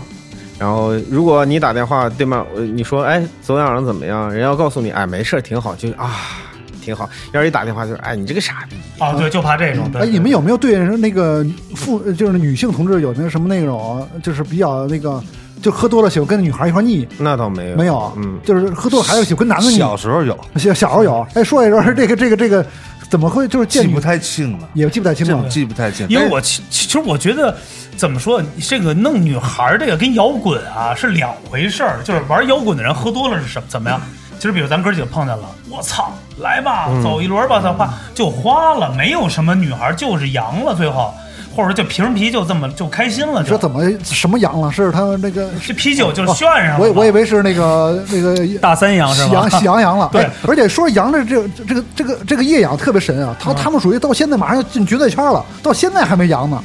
S4: 然后如果你打电话对面，呃你说哎昨天晚上怎么样？人家要告诉你哎没事儿挺好，就是啊挺好。要是一打电话就是哎你这个傻逼，
S2: 啊，对，就怕这种。对
S1: 哎，你们有没有对那个妇就是女性同志有那什么那种就是比较那个就喝多了喜欢跟女孩一块腻？
S4: 那倒没有
S1: 没有，啊
S4: 嗯，
S1: 就是喝多了还是喜欢跟男的腻。
S3: 小时候有，
S1: 小小时候有，哎，说一说这个这个这个怎么会就是
S3: 记
S1: 见
S3: 不
S1: 女
S3: 太清了，
S1: 也记不太清啊了
S3: 真。记不太清，哎
S2: 因为
S3: 但
S2: 我其其其实我觉得，怎么说，这个弄女孩儿这个跟摇滚啊是两回事儿。就是玩摇滚的人喝多了是什怎么样？就是比如咱哥几个碰见了，我操，来吧，
S1: 嗯
S2: 走一轮吧，咱花就花了，没有什么女孩儿就是阳了，最后或者说就平皮就这么就开心了，
S1: 你说
S2: 就
S1: 怎么什么阳了？是他那个，
S2: 这啤酒就是炫上了嘛、
S1: 我我以为是那个那个
S2: 大三阳是
S1: 喜
S2: 吧
S1: 羊？ 喜羊羊了。
S2: 对
S1: 哎，而且说羊的这这个这个这个夜养特别神啊，
S2: 嗯
S1: 他他们属于到现在马上要进决赛圈了，到现在还没阳呢。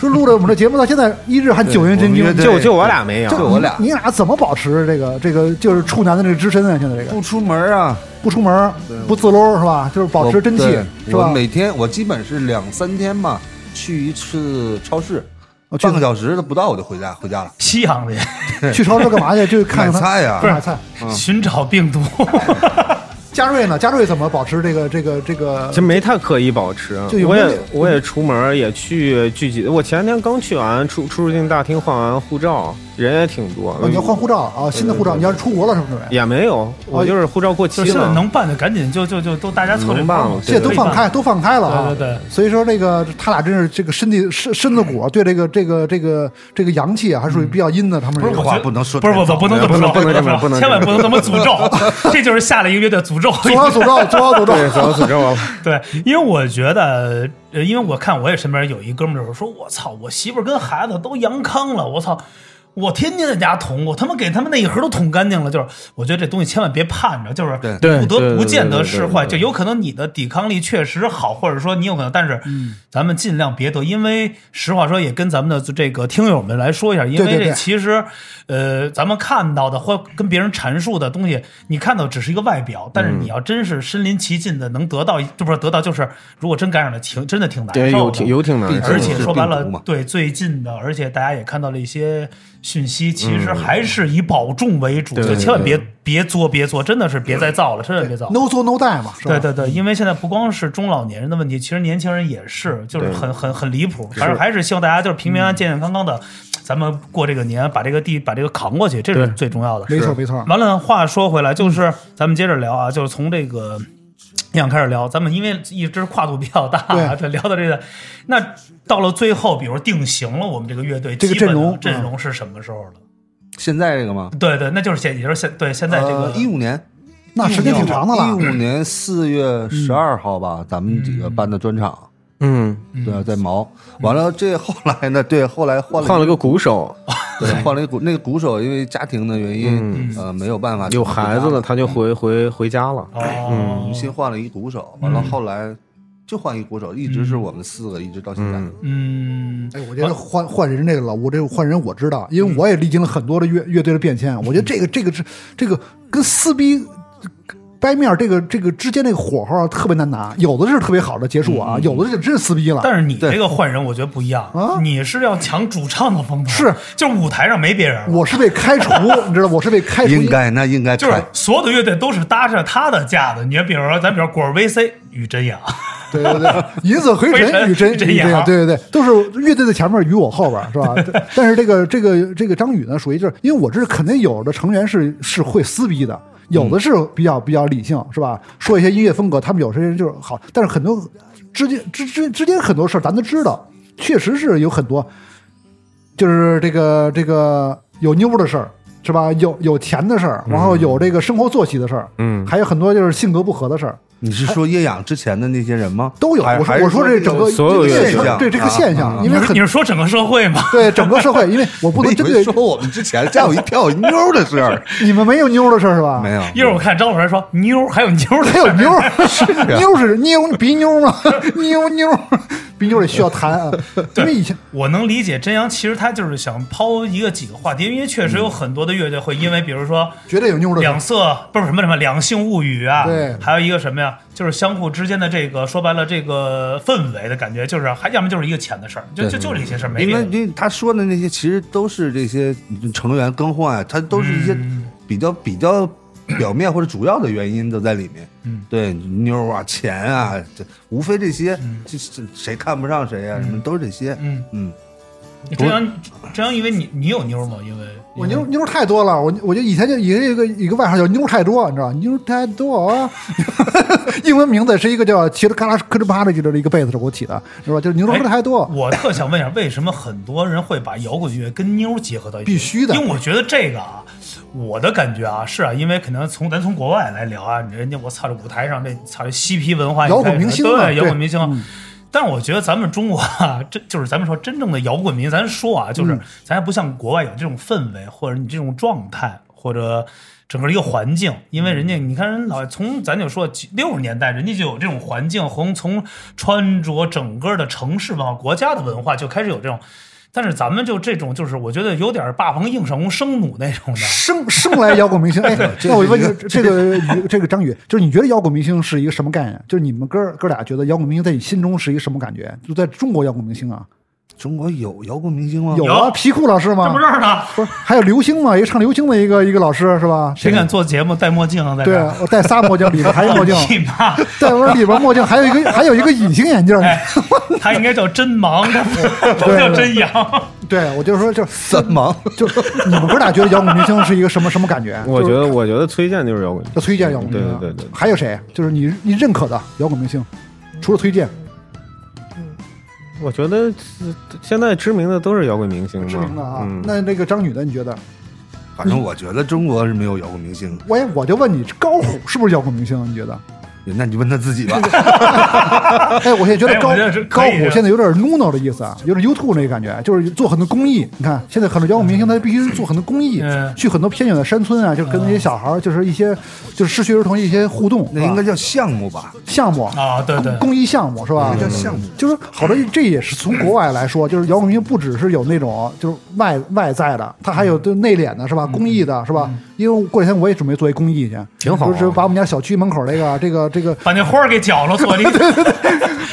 S1: 说录了我们这节目到现在一日还九阴真经
S3: 我们，乐队
S4: 就就我俩没有，
S1: 就
S3: 我俩
S1: 你你俩怎么保持这个这个就是处男的这个之身啊？现在这个
S3: 不出门啊，
S1: 不出门不自搂是吧？就是保持
S3: 我
S1: 真气
S3: 对
S1: 是
S3: 我
S1: 吧？
S3: 每天我基本是两三天吧，去一次超市，半个小时都不到我就回家回家了，
S2: 西洋人
S1: 去超市干 嘛去？就看看
S3: 买
S1: 他
S3: 菜呀
S2: 不，是
S1: 买菜。
S4: 嗯
S2: 寻找病 毒，
S1: 嘉瑞呢？嘉瑞怎么保持这个这个这个
S4: 其实？没太刻意保持
S1: 就，有
S4: 我
S1: 没有嗯
S4: 也我也出门也去聚集，我前天刚去完出出入境大厅换完护照，人也挺多。
S1: 哦
S3: 呃
S1: 你要换护照啊，新的护照，哦你要是出国了是不是？
S4: 也没有，我就是护照过期
S2: 就现在
S4: 了。
S2: 能办的赶紧就就就都大家凑这
S4: 能
S2: 帮
S4: 嗯办
S2: 嘛
S4: 了
S1: 现在都放开，都放开了啊！
S2: 对对对嗯
S1: 所以说这个他俩真是这个身体身身子骨啊，对这个这个这个这个阳气啊，还属于比较阴的。他们
S2: 不是
S1: 这
S2: 我
S1: 个
S2: 觉
S3: 话
S2: 得
S3: 不能说
S2: 不是
S3: 太
S2: 不不
S3: 早
S2: 不能
S3: 了
S2: 这么说，
S4: 不能这么
S2: 不
S4: 不
S2: 能
S4: 能
S2: 千万
S4: 这
S2: 不能这么诅 咒，这就是下了一个乐队 诅咒。
S1: 左摇诅咒，左摇诅
S4: 对，
S1: 咒。
S4: 早 死这了。
S2: 对，因为我觉得，呃因为我看我也身边有一哥们儿就是说，我操，我媳妇儿跟孩子都阳康了，我操。我天天在家捅，我他妈给他们那一盒都捅干净了。就是，我觉得这东西千万别盼着，就是
S3: 对
S2: 不
S4: 对
S2: 得
S4: 对
S2: 不见得
S4: 对
S2: 是
S4: 对
S2: 坏，就
S4: 对
S2: 有可能你的抵抗力确实好，或者说你有可能，但是
S4: 嗯
S2: 咱们尽量别得，因为实话说也跟咱们的这个听友们来说一下，因
S1: 对
S2: 为
S1: 对
S2: 这
S1: 对
S2: 其实，呃，咱们看到的或跟别人阐述的东西，你看到只是一个外表，
S4: 嗯
S2: 但是你要真是身临其境的能得到，这不是得到，就是如果真感染了，挺真的挺难受的。
S4: 对，有挺有挺难
S3: 毕
S4: 受的，
S2: 而且说白
S3: 是
S2: 了
S3: 病毒嘛，
S2: 对最近的，而且大家也看到了一些讯息，其实还是以保重为主，
S4: 嗯对
S2: 就
S4: 对
S2: 千万别别作别作，真的是别再造了，真的别造。
S1: No 做 No die 嘛，是吧嗯
S2: 对对对，因为现在不光是中老年人的问题，其实年轻人也
S1: 嗯
S2: 是，就是很很很离谱。反正还是希望大家就是平平安安、健健康康的，咱们过这个年，把这个地把这个扛过去，这是最重要的。
S1: 没错嗯没错。
S2: 完了，话说回来，就是咱们接着聊啊，就是从这个样开始聊，咱们因为一直跨度比较大、啊，
S1: 对
S2: 这聊到这个，那到了最后，比如定型了，我们这个乐队
S1: 这个
S2: 基本
S1: 阵
S2: 的
S1: 容嗯
S2: 阵容是什么时候了？
S3: 现在这个吗？呃
S2: 对对，那就是现也就是现对现在这
S1: 呃
S2: 个、
S3: 一五年，
S1: 那啊时间挺长的
S3: 一
S1: 了嗯
S3: 五，年四月十二号吧，咱们几个办的专场，
S4: 嗯，
S3: 对啊，在毛。
S1: 嗯
S3: 完了，这后来呢？对，后来换了
S4: 换了个鼓手，
S1: 哦
S3: 对，换了一鼓那个鼓手，因为家庭的原
S1: 嗯
S3: 因，呃，没有办法，
S4: 嗯有孩子了，
S3: 了。
S4: 他就回回回家了。
S3: 我
S1: 嗯
S2: 哦
S3: 们，新换了一鼓手，完了后来就换一鼓手，一直是我们四个，一直到现在。
S2: 嗯，
S1: 哎，我觉得换换人这个老吴，这个换人我知道，因为我也历经了很多的乐乐队的变迁。啊
S2: 嗯
S1: 我觉得这个这个是这个跟撕逼掰面儿这个这个之间这个火候啊特别难拿，有的是特别好的结束啊，有的就真是撕逼了。
S2: 嗯但是你这个换人，我觉得不一样，你是要抢主唱的风头，
S1: 是，
S2: 就是舞台上没别人了。
S1: 我是被开除，你知道，我是被开除。
S3: 应该那应该
S2: 就是
S3: 开
S2: 所有的乐队都是搭着他的架的，你比如说，咱比如说果儿 VC 与真阳，
S1: 对对对， 银色回
S2: 回
S1: 尘
S2: 尘
S1: 与真
S2: 与真
S1: 与这样，
S2: 阳
S1: 对对对，都是乐队的前面与我后边，是 吧？对但是这个这个这个张宇呢，属于就是因为我这肯定有的成员是是会撕逼的。有
S2: 嗯
S1: 的是比较比较理性，是吧？说一些音乐风格，他们有些人就是好，但是很多之间之之之间很多事儿咱都知道，确实是有很多就是这个这个有妞的事儿，是吧？有有钱的事儿，然
S2: 嗯
S1: 后有这个生活作息的事儿，
S4: 嗯
S1: 还有很多就是性格不合的事儿，
S3: 你是说叶养之前的那些人吗？
S1: 都有。
S3: 还
S1: 我说
S3: 还是
S1: 我说这整个
S4: 所有
S1: 这个
S4: 现
S1: 现
S3: 象
S1: 对这个现
S3: 啊
S1: 象，
S3: 啊
S1: 因
S2: 你
S1: 为
S2: 是
S1: 很
S2: 你是说整个社会吗？
S1: 对整个社会，因 为我不
S3: 我
S1: 能
S3: 以
S1: 针
S3: 为
S1: 对
S3: 说我们之前吓我一跳，妞的 事儿
S1: 你们没有妞的事儿是吧？
S3: 没有，
S2: 一会儿我看张老师说妞儿，还有妞儿的
S1: 嗯还
S2: 事儿，
S1: 有妞儿，
S3: 啊
S1: 妞儿是妞鼻妞嘛， 妞妞鼻妞也需要谈啊，因为以前
S2: 我能理解真阳，其实他就是想抛一个几个话题，因为确实有很多的乐队会因为，比如说
S1: 绝对有妞的事儿
S2: 两色不是什么什么两性物语啊，
S1: 对
S2: 还有一个什么呀，就是相互之间的这个说白了这个氛围的感觉，就是还要么就是一个浅的事儿，就就就这些事儿没
S3: 因
S2: 别
S3: 为
S2: 的。
S3: 因为他说的那些其实都是这些成员更换，他都是一些
S2: 嗯
S3: 比较、比较表面或者主要的原因都在里面。
S2: 嗯，
S3: 对，妞啊，钱啊，这无非这些，这这谁看不上谁啊，什么都是这些。
S2: 嗯，
S3: 嗯，
S2: 真阳真阳，因为你你有妞吗？因为
S1: 我妞妞太多了，我我就以前就以前有一个有一个外号叫妞太多，你知道吧妞太多 啊，英文名字是一个叫齐了咔啦磕哧啪的就的一个贝斯手给我起的，是吧？就是妞
S2: 哎
S1: 太多，
S2: 我特想问一下，为什么很多人会把摇滚乐跟妞结合到一起？
S1: 必须的
S2: 因为我觉得这个啊，我的感觉啊是啊，因为可能从咱从国外来聊啊，人家我操这舞台上这操这嬉皮文化，
S1: 摇滚明星嘛对嗯
S2: 对摇滚明星。但是我觉得咱们中国啊，这就是咱们说真正的摇滚民，咱说啊，就是、
S1: 嗯
S2: 咱还不像国外有这种氛围，或者你这种状态，或者整个一个环境。因为人
S1: 嗯
S2: 家你看人老从咱就说六十年代，人家就有这种环境，从从穿着整个的城市文化、国家的文化就开始有这种。但是咱们就这种，就是我觉得有点霸王硬上弓、生弩那种的。
S1: 生生来摇滚明星。哎，那我问你，这个宇这个张宇，就是你觉得摇滚明星是一个什么概念？就是你们哥哥俩觉得摇滚明星在你心中是一个什么感觉？就在中国摇滚明星啊，
S3: 中国有摇滚明星吗？
S1: 有啊，皮裤老师
S2: 这
S1: 吗
S2: 不？这儿呢？
S1: 不是，还有刘星嘛，一个唱刘星的一个一个老师是吧？
S2: 谁敢做节目戴墨镜啊？在这
S1: 对
S2: 儿，
S1: 我戴仨墨镜，里边还有墨镜，
S2: 你妈！
S1: 戴我里边墨镜还有一个还有一个隐形眼镜。
S2: 哎，他应该叫真盲，他 不不叫真羊。
S1: 对，我就说就
S3: 三毛，
S1: 就你们哥俩觉得摇滚明星是一个什么什么感觉？
S4: 我
S1: 哦就
S4: 觉
S1: 是
S4: 得我觉得崔健就是摇滚，
S1: 就崔健摇滚明星啊，
S4: 对对对对
S1: 还有谁？就是你你认可的摇滚明星，除了崔健，
S4: 我觉得现在知名的都是摇滚明星嘛，
S1: 知名的啊，
S4: 嗯，
S1: 那那个张宇的，你觉得？
S3: 反正我觉得中国是没有摇滚明星。
S1: 我也我就问你，高虎是不是摇滚明星？啊你觉得？
S3: 那你问他自己吧。
S1: 哎，我现在觉得
S2: 哎
S1: 高、
S2: 我觉得是
S1: 高
S2: 可以
S1: 虎
S2: 的
S1: 现在有点 Nuno 的意思啊，有点 YouTube 那个感觉，就是做很多公益。你看，现在很多摇滚明星他必须做很多公益，
S2: 嗯
S1: 去很多偏远的山村啊，就跟那些小孩儿，就是一些就是失学儿童一些互动，
S3: 那
S1: 是吧
S3: 应该叫项目吧？
S1: 项目
S2: 啊对对
S1: 公益项目是吧？
S3: 应该叫项目。
S1: 就是好多，这也是从国外来说，就是摇滚明星不只是有那种就是外外在的，它还有对内敛的是
S2: 嗯
S1: 吧？公益的是吧？因为过两天我也准备做一公益去，
S4: 挺好啊
S1: 就是把我们家小区门口这个
S2: 嗯
S1: 这个这个，
S2: 把那花儿给绞了，做了一 个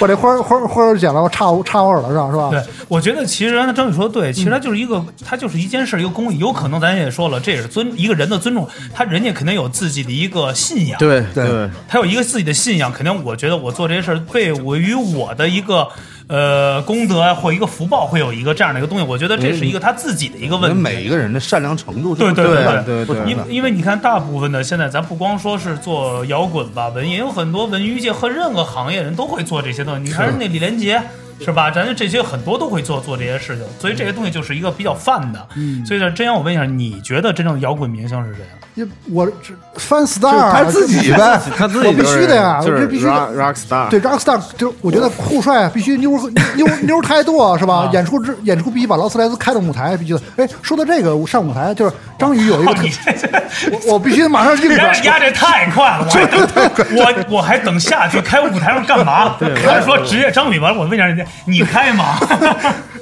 S1: 把这花儿花儿花儿剪了，我插我插我耳朵上是吧？
S2: 对，我觉得其实刚才张宇说的对，其实它就是一
S3: 嗯
S2: 个，它就是一件事儿，一个公益。有可能咱也说了，这也是尊一个人的尊重，他人家肯定有自己的一个信仰，
S4: 对
S3: 对
S4: 对，
S2: 他有一个自己的信仰，肯定我觉得我做这些事儿对我与我的一个呃功德啊或一个福报会有一个这样的一个东西。我觉得这是一个他自己的一个
S3: 我觉
S2: 问
S3: 得
S2: 题。
S3: 每一嗯个人的善良程度 是
S2: 对
S3: 不
S2: 对
S3: 同
S4: 对
S3: 的
S4: 对对
S2: 因为因为你看，大部分的现在咱不光说是做摇滚吧，文也有很多文娱界和任何行业人都会做这些东西。你看那李连杰。是吧？咱这些很多都会做做这些事情，所以这些东西就是一个比较泛的。嗯，所以呢，真让我问一下，你觉得真正的摇滚明星是谁 啊？
S1: 因为我这 fan
S3: 就是
S1: star
S3: 他自己呗。
S4: 他自己
S1: 我必须的呀
S4: 就
S1: 我
S4: 是
S1: 这必须的
S4: rock rock
S2: 啊
S4: star，
S1: 对 rockstar 就是我觉得酷帅啊必须妞儿妞 儿妞儿太多是吧
S2: 啊？
S1: 演出之演出必须把劳斯莱斯开到舞台必须的。哎，说到这个上舞台，就是张宇有一个
S2: 哦，
S1: 特
S2: 你这 这，
S1: 我我必须马上硬
S2: 压
S1: 转。
S2: 压这太快了，我还我我还等下去开舞台上干嘛？还是说职业张宇完了，我问一下人家，你开 吗？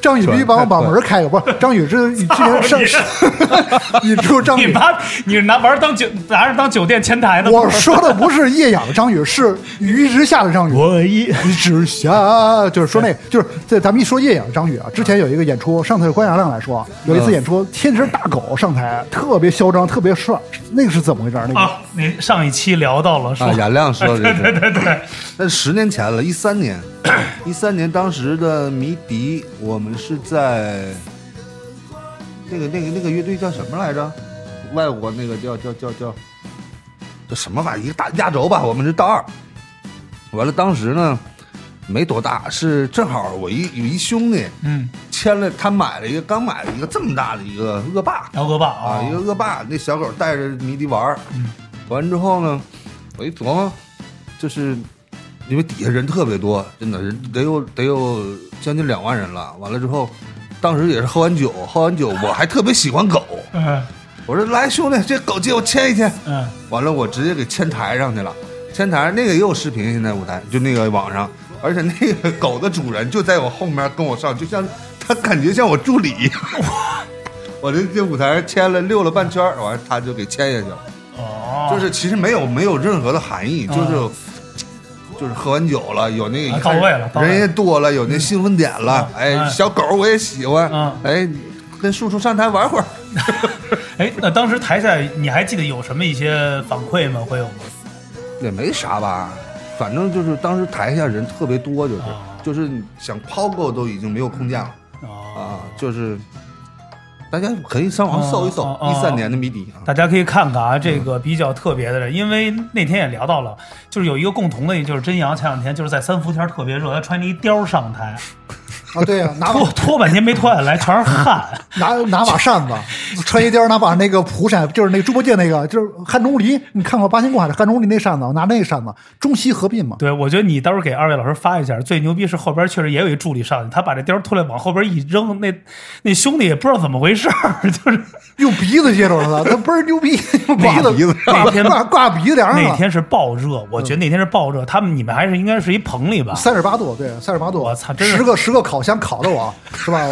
S1: 张宇必须帮我把门开开，不是张宇之之前上 引出张
S2: 哦你
S1: 宇，
S2: 妈，你是拿玩儿当酒拿着当酒店前台的吗？
S1: 我说的不是夜养的张宇，是鱼之下的张宇。
S2: 我一
S1: 一直下，就是说那个，就是在咱们一说叶养张宇啊，之前有一个演出，上次是关雅亮来说，有一
S2: 嗯
S1: 次演出，天只大狗上台，特别嚣张，特别帅，那个是怎么回事儿？那个、
S2: 啊，你上一期聊到了说，
S3: 啊，雅亮说 的
S2: 对
S3: 是，
S2: 对对，
S3: 那十年前了，一三年，一三年当时的迷笛，我们是在那个那个那个乐队叫什么来着？外国那个叫叫叫叫叫什么吧，一个大压轴吧，我们是大二。完了，当时呢，没多大，是正好我一有一兄弟
S2: 嗯，
S3: 签了，他买了一个刚买了一个这么大的一个恶霸
S2: 姚哥爸
S3: 啊，一个恶霸，那小狗带着迷笛玩儿，完之后呢，我一琢磨，就是因为底下人特别多，真的人得有得有将近两万人了。完了之后，当时也是喝完酒，喝完酒我还特别喜欢狗，
S2: 嗯
S3: 我说来兄弟，这狗借我牵一牵。
S2: 嗯
S3: 完了，我直接给牵台上去了。牵台那个也有视频，现在舞台就那个网上，而且那个狗的主人就在我后面跟我上，就像他感觉像我助理 一样。我这这舞台上牵了溜了半圈儿，完了他就给牵下去了。
S2: 哦，
S3: 就是其实没有没有任何的含义，就是
S2: 嗯
S3: 就是喝完酒了，有那个
S2: 啊
S3: 哎
S2: 到位了到位了
S3: 人也多了，有那兴奋点了，哎，
S2: 嗯
S3: 小狗我也喜欢
S2: 嗯，
S3: 哎，跟叔叔上台玩会儿。
S2: 哎，那当时台下你还记得有什么一些反馈吗？会有吗？
S3: 也没啥吧，反正就是当时台下人特别多，就是、
S2: 啊
S3: 就是想抛狗都已经没有空间了
S2: 哦，
S3: 啊，就是大家可以上网搜一搜
S2: 啊啊啊
S3: 一三年的谜底啊，
S2: 大家可以看看啊，这个比较特别的人，因为那天也聊到了，就是有一个共同的，就是真阳前两天就是在三伏天特别热，他穿着一貂儿上台，
S1: 啊，对呀、 拿
S2: 脱
S1: 把
S2: 脱半天没脱下来，全是汗。
S1: 拿拿把扇子，穿一貂，拿把那个蒲扇，就是那个猪八戒那个，就是汉钟离。你看过《八仙过海》的汉钟离那扇子，我拿那扇子，中西合并嘛。
S2: 对，我觉得你到时候给二位老师发一下。最牛逼是后边确实也有一助理上去，他把这貂儿脱来往后边一扔，那那兄弟也不知道怎么回事儿， 就是
S1: 用鼻子接住了他，他倍儿牛逼，用鼻子
S3: 挂鼻子
S1: 挂
S2: 那天
S1: 挂挂鼻子梁上
S2: 那
S1: 了，
S2: 天是爆热，我觉得那天是爆热。他们你们还是应该是一棚里吧？
S1: 三十八度，对，三十八度，
S2: 我操真是
S1: 十个十个烤箱烤的我，是吧？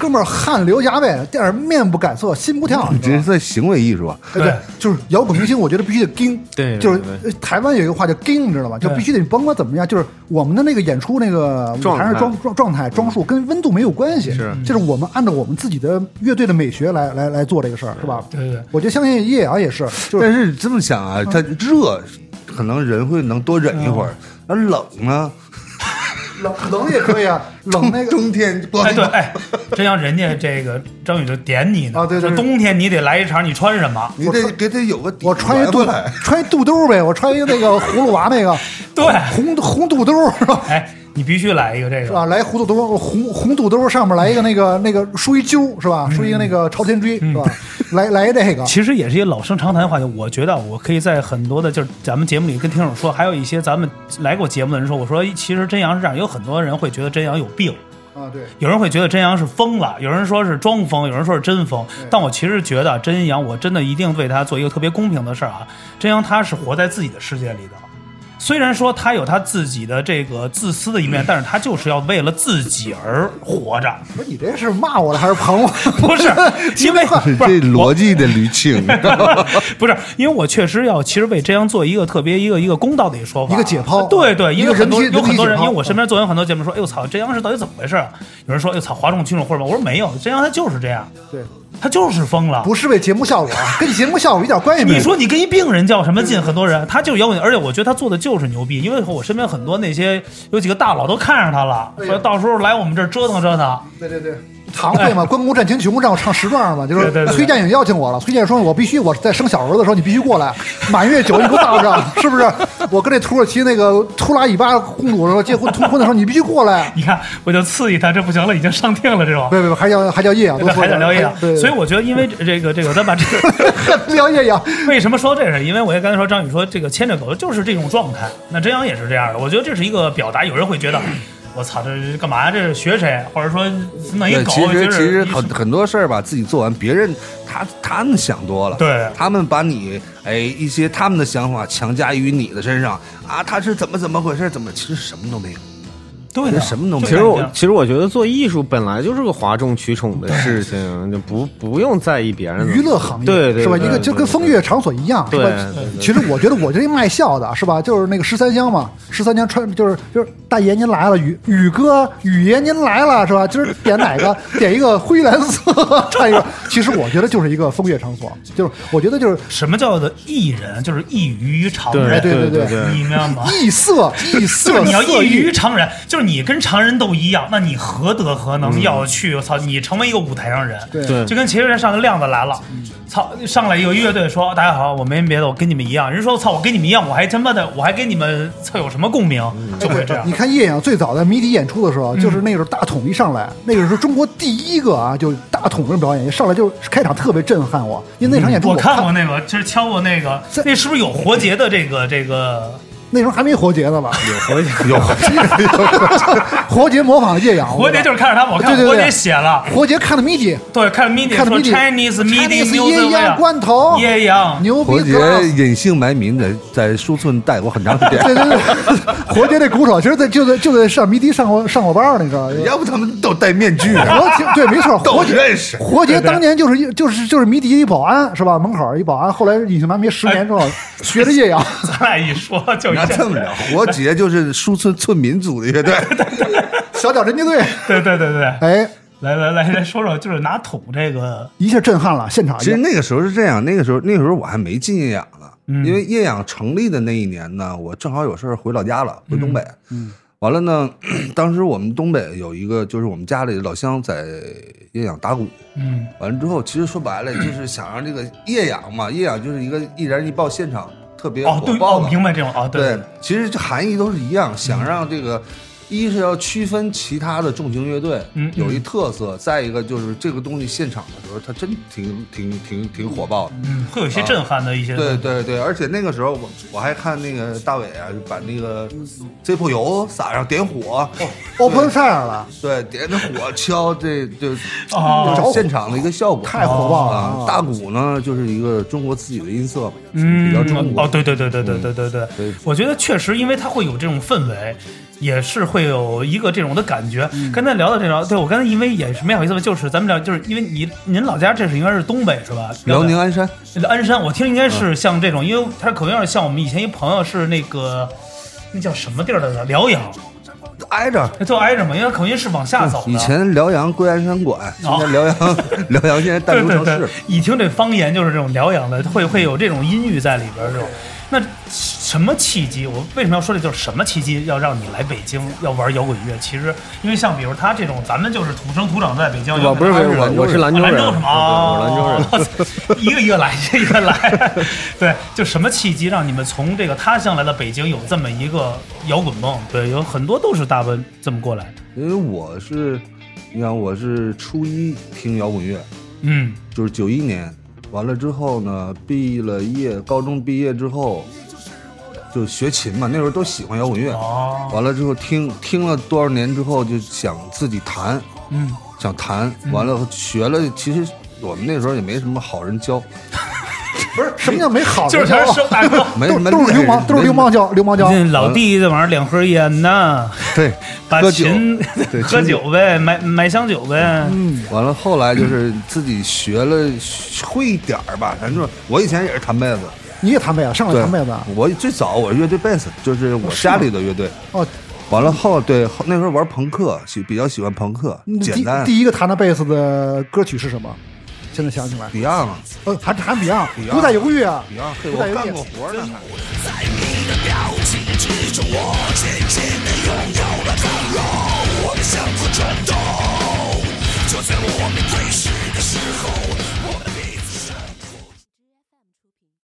S1: 哥们儿汗流浃背，但是面不改色，心不跳，
S3: 你
S1: 你知道
S3: 这
S1: 吗
S3: 是在行为艺术啊，
S1: 哎对，就是摇滚明星，我觉得必须得盯，
S4: 对
S1: 就是
S4: 对
S1: 呃台湾有一个话叫盯，你知道吧？就
S2: 对
S1: 必须得甭管怎么样，就是我们的那个演出那个舞台上
S4: 状态嗯
S1: 装状状态装束跟温度没有关系，
S4: 是
S1: 就是我们按照我们自己的乐队的美学来来来做这个事儿，是吧？
S2: 对对
S1: 我觉得相信叶瑶也是，就是
S3: 但是这么想
S2: 嗯
S3: 啊，它热可能人会能多忍一会儿，
S2: 嗯
S3: 那冷呢？
S1: 冷冷也可以啊， 冷那个
S3: 冬天光
S2: 哎，对，哎，真像人家这个张宇就点你呢。
S1: 啊对对对
S2: 就冬天你得来一场，你穿什么？
S3: 你得给得有个底
S1: 我穿一
S3: 圆
S1: 肚
S3: 回来
S1: 穿一肚兜呗，我穿一那个葫芦娃那个
S2: 对，
S1: 红红肚兜是吧？
S2: 哎，你必须来一个这
S1: 是
S2: 个。
S1: 啊吧？来葫芦兜，红红肚兜上面来一个那个那个梳一揪是
S2: 嗯
S1: 吧？梳一个那个朝天锥是吧？来来这个，
S2: 其实也是一些老生常谈的话题。我觉得啊我可以在很多的就是咱们节目里跟听友说，还有一些咱们来过节目的人说，我说其实真阳是这样，有很多人会觉得真阳有病，
S1: 啊对，
S2: 有人会觉得真阳是疯了，有人说是装疯，有人说是真疯。但我其实觉得啊真阳，我真的一定为他做一个特别公平的事儿啊。真阳他是活在自己的世界里的，虽然说他有他自己的这个自私的一
S1: 嗯
S2: 面，但是他就是要为了自己而 活着，
S1: 不是你这是骂我了还是捧我？
S2: 不是因为不
S3: 这
S2: 是我
S3: 逻辑得捋清。
S2: 不是，因为我确实要，其实为真阳做一个特别一个一个公道的一个说法，
S1: 一个解剖
S2: 对对，
S1: 一
S2: 因为
S1: 个
S2: 很
S1: 人
S2: 多
S1: 体
S2: 有很多人，
S1: 人体解剖
S2: 因为我身边做有很多节目说，哎呦操，真阳是到底怎么回事啊？有人说，哎呦操，哗众取宠或者什么我说没有，真阳他就是这样，
S1: 对，
S2: 他就是疯了。
S1: 不是为节目效果，啊，跟节目效果一点关系没有。
S2: 你说你跟一病人较什么劲？很多人他就是摇滚，而且我觉得他做的就是牛逼，因为我身边很多那些有几个大佬都看上他了，
S1: 哎对呀
S2: 说到时候来我们这儿折腾折腾。
S1: 对对对。堂会嘛，关公战秦琼让我唱十段嘛，就
S2: 对对
S1: 是
S2: 对
S1: 崔健也邀请我了。崔健说：“我必须，我在生小儿子的时候，你必须过来。满月酒你给我打上， 是不是？我跟这土耳其那个突拉以巴公主说结婚通婚的时候，你必须过来。
S2: 你看，我就刺激他，这不行了，已经上听了这种。
S1: 别别别，还叫还叫叶啊，都
S2: 对，
S1: 说
S2: 还想聊一聊，
S1: 对，对
S2: 所以我觉得，因为这个这个，咱把这 个
S1: 对聊啊叶阳，
S2: 为什么说这是？因为我也刚才说张宇说这个牵着狗就是这种状态，那真阳也是这样的。我觉得这是一个表达，有人会觉得。我操，这是干嘛呀？这是学谁？或者说弄一
S3: 对，
S2: 狗？
S3: 其实
S2: 就
S3: 其
S2: 是
S3: 实很很多事儿吧，自己做完，别人他他们想多了，
S2: 对
S3: 他们把你哎一些他们的想法强加于你的身上啊，他是怎么怎么回事？怎么其实什么都没有，
S2: 对
S3: 这
S2: 的，
S3: 什么都没有
S2: 就
S4: 其实我
S2: 感觉
S4: 其实我觉得做艺术本来就是个哗众取宠的事情，就不不用在意别人怎么
S1: 娱乐行业
S4: 嗯对对
S1: 是吧？
S4: 对
S1: 一个就跟风月场所一样，是吧
S4: 对对？对
S1: 其实我觉得我这卖笑的是吧？就是那个十三香嘛，十三香穿就是就是大爷您来了，宇宇哥宇爷您来了是吧？今儿点哪个？ 点一个灰蓝色， 唱一个。其实我觉得就是一个风月场所，就是我觉得就是
S2: 什么叫做艺人？就是异于常
S4: 对
S2: 人，
S1: 对对对
S4: 对
S2: 你明白吗？
S1: 异色异
S2: 就是
S1: 色
S2: 你要
S1: 色
S2: 异于
S1: 欲。
S2: 常人，就是你跟常人都一样，那你何德何能要去？我操，你成为一个舞台上人，
S1: 嗯对
S4: 对
S2: 就跟前一段上个亮子来了，操，上来一个乐队说大家好，我没别的，我跟你们一样。人说操，我跟你们一样，我还他妈的，我还跟你们操有什么共鸣？
S1: 嗯
S2: 就会这样嗯
S1: 你。看叶颖最早在谜底演出的时候，就是那时候大统一上来，那个是中国第一个啊，就大统的表演，上来就是开场特别震撼我，因为那场演出
S2: 嗯我看
S1: 看
S2: 过那个，就是敲过那个
S1: 这，
S2: 那是不是有活结的这个这个？
S1: 那时候还没活结呢吧？
S3: 有
S1: 活结模仿叶颖，
S2: 活结就是看着他们，我看
S1: 对对对
S2: 活结写了，
S1: 活结看的谜底，
S2: 对，看 MIDI
S1: 看
S2: 说
S1: MIDI
S2: Chinese MIDI
S1: Chinese 鸳鸯
S2: music
S1: 罐头，
S2: 夜阳，
S1: 牛
S3: 活
S1: 逼
S3: 结
S1: 死了！
S3: 隐姓埋名的在舒寸待过很长时间，
S1: 对对对， 活结这鼓手，其实在就在就在上迷笛上过上过班儿，你知道吗？
S5: 要不他们都戴面具
S3: 啊
S5: 呢，
S1: 活结对，没错，
S5: 都
S1: 活结
S5: 认识。
S1: 活结当年就是一就是就是迷笛一保安是吧？门口一保安，后来隐姓埋名十年之后
S3: 哎
S1: 学着叶 阳，
S2: 咱俩一说就
S5: 你要这么聊，
S3: 活结就是舒寸村民组 的乐队，
S1: 小脚侦缉队，
S2: 对对对对，
S1: 哎，
S2: 来来来来说说，就是拿桶这个，
S1: 一下震撼了现场。
S3: 其实那个时候是这样，那个时候那个时候我还没进夜养呢，
S2: 嗯
S3: 因为夜养成立的那一年呢，我正好有事儿回老家了，回东北。嗯，完了呢，当时我们东北有一个，就是我们家里老乡在夜养打鼓。
S2: 嗯，
S3: 完了之后，其实说白了就是想让这个夜养嘛，夜养就是一个易燃易爆现场特别
S2: 哦
S3: 火
S2: 对
S3: 爆
S2: 哦
S3: 的，
S2: 明白这种哦
S3: 对，其实这含义都是一样，想让这个。一是要区分其他的重型乐队，
S2: 嗯
S3: 有一特色；再一个就是这个东西现场的时候，它真挺挺挺挺火爆的。
S2: 嗯，会有一些震撼的一些，
S3: 对对对，而且那个时候我我还看那个大伟啊，把那个 Zippo 油撒上点火，
S1: Open Fire 了，
S3: 对，点着火敲，这就
S2: 哦
S3: 就是现场的一个效果，
S1: 太火爆了
S3: 啊！大鼓呢，就是一个中国自己的音色嘛，
S2: 嗯，
S3: 比较中国
S2: 哦，对对对对对对对对
S3: 对，
S2: 我觉得确实，因为它会有这种氛围。也是会有一个这种的感觉。
S3: 嗯
S2: 刚才聊到这聊，对我刚才因为也是没好意思问，就是咱们聊，就是因为你您老家这是应该是东北是吧？
S3: 辽
S2: 对
S3: 宁嗯鞍山，
S2: 鞍山，我听应该是像这种，因为他可能有点像我们以前一朋友是那个那叫什么地儿来着？辽阳，
S3: 挨着。
S2: 那就挨着嘛，因为口音是往下走的。
S3: 以前辽阳归鞍山管，现
S2: 哦
S3: 在辽阳 辽阳现在
S2: 对
S3: 淡出
S2: 对
S3: 城
S2: 对
S3: 市。，
S2: 一听这方言就是这种辽阳的，会会有这种音域在里边儿这种。那什么契机？我为什么要说这就是什么契机要让你来北京要玩摇滚乐？其实因为像比如他这种，咱们就是土生土长在北京，
S4: 我不是
S1: 啊
S2: 有可能
S4: 我我是兰州
S2: 兰
S4: 人，
S2: 州是吗？
S1: 哦
S4: 对对我是兰州人。
S2: 州人，哦一个一个来，一个来。对，就什么契机让你们从这个他乡来到北京有这么一个摇滚梦？对，有很多都是大奔这么过来的。
S3: 因为我是，你看我是初一听摇滚乐，
S2: 嗯
S3: 就是九一年，完了之后呢，毕了业，高中毕业之后就学琴嘛，那时候都喜欢摇滚乐。
S2: 哦
S3: 完了之后听听了多少年之后，就想自己弹，
S2: 嗯，
S3: 想弹，完了学了，其实我们那时候也没什么好人教，
S1: 不是什么叫没好的
S2: 就是
S1: 教
S2: 他
S1: 啊
S2: 生大 哥。
S3: 没什
S1: 都
S3: 么
S1: 都是
S3: 练
S1: 流氓，
S3: 人
S1: 都是流，
S3: 没
S1: 氓教，流氓教。
S2: 这老弟这玩意儿两盒烟呐，
S3: 什么对，
S2: 把
S3: 喝酒
S2: 琴
S3: 对
S2: 喝
S3: 琴嗯
S2: 酒呗，买买箱酒呗。
S3: 完了，后来就是自己学了会一点儿吧，咱说，我以前也是弹贝斯，
S1: 你也弹贝斯，上来
S3: 对
S1: 弹贝斯啊，
S3: 我最早我是乐队贝斯，就是我家里的乐队。
S1: 哦，
S3: 完了后，对后那时候玩朋克，喜比较喜欢朋克，
S1: 你
S3: 简
S1: 第
S3: 单。
S1: 第一个弹的贝斯的歌曲是什么？现在想起来，
S3: Beyond，
S1: 呃，还还 Beyond，
S3: Beyond
S1: 不再犹豫啊
S3: Beyond，
S1: 不再
S3: 我
S1: 犹
S3: 干
S1: 豫
S3: 过。活呢，还
S6: 在你的表情之中，我渐渐的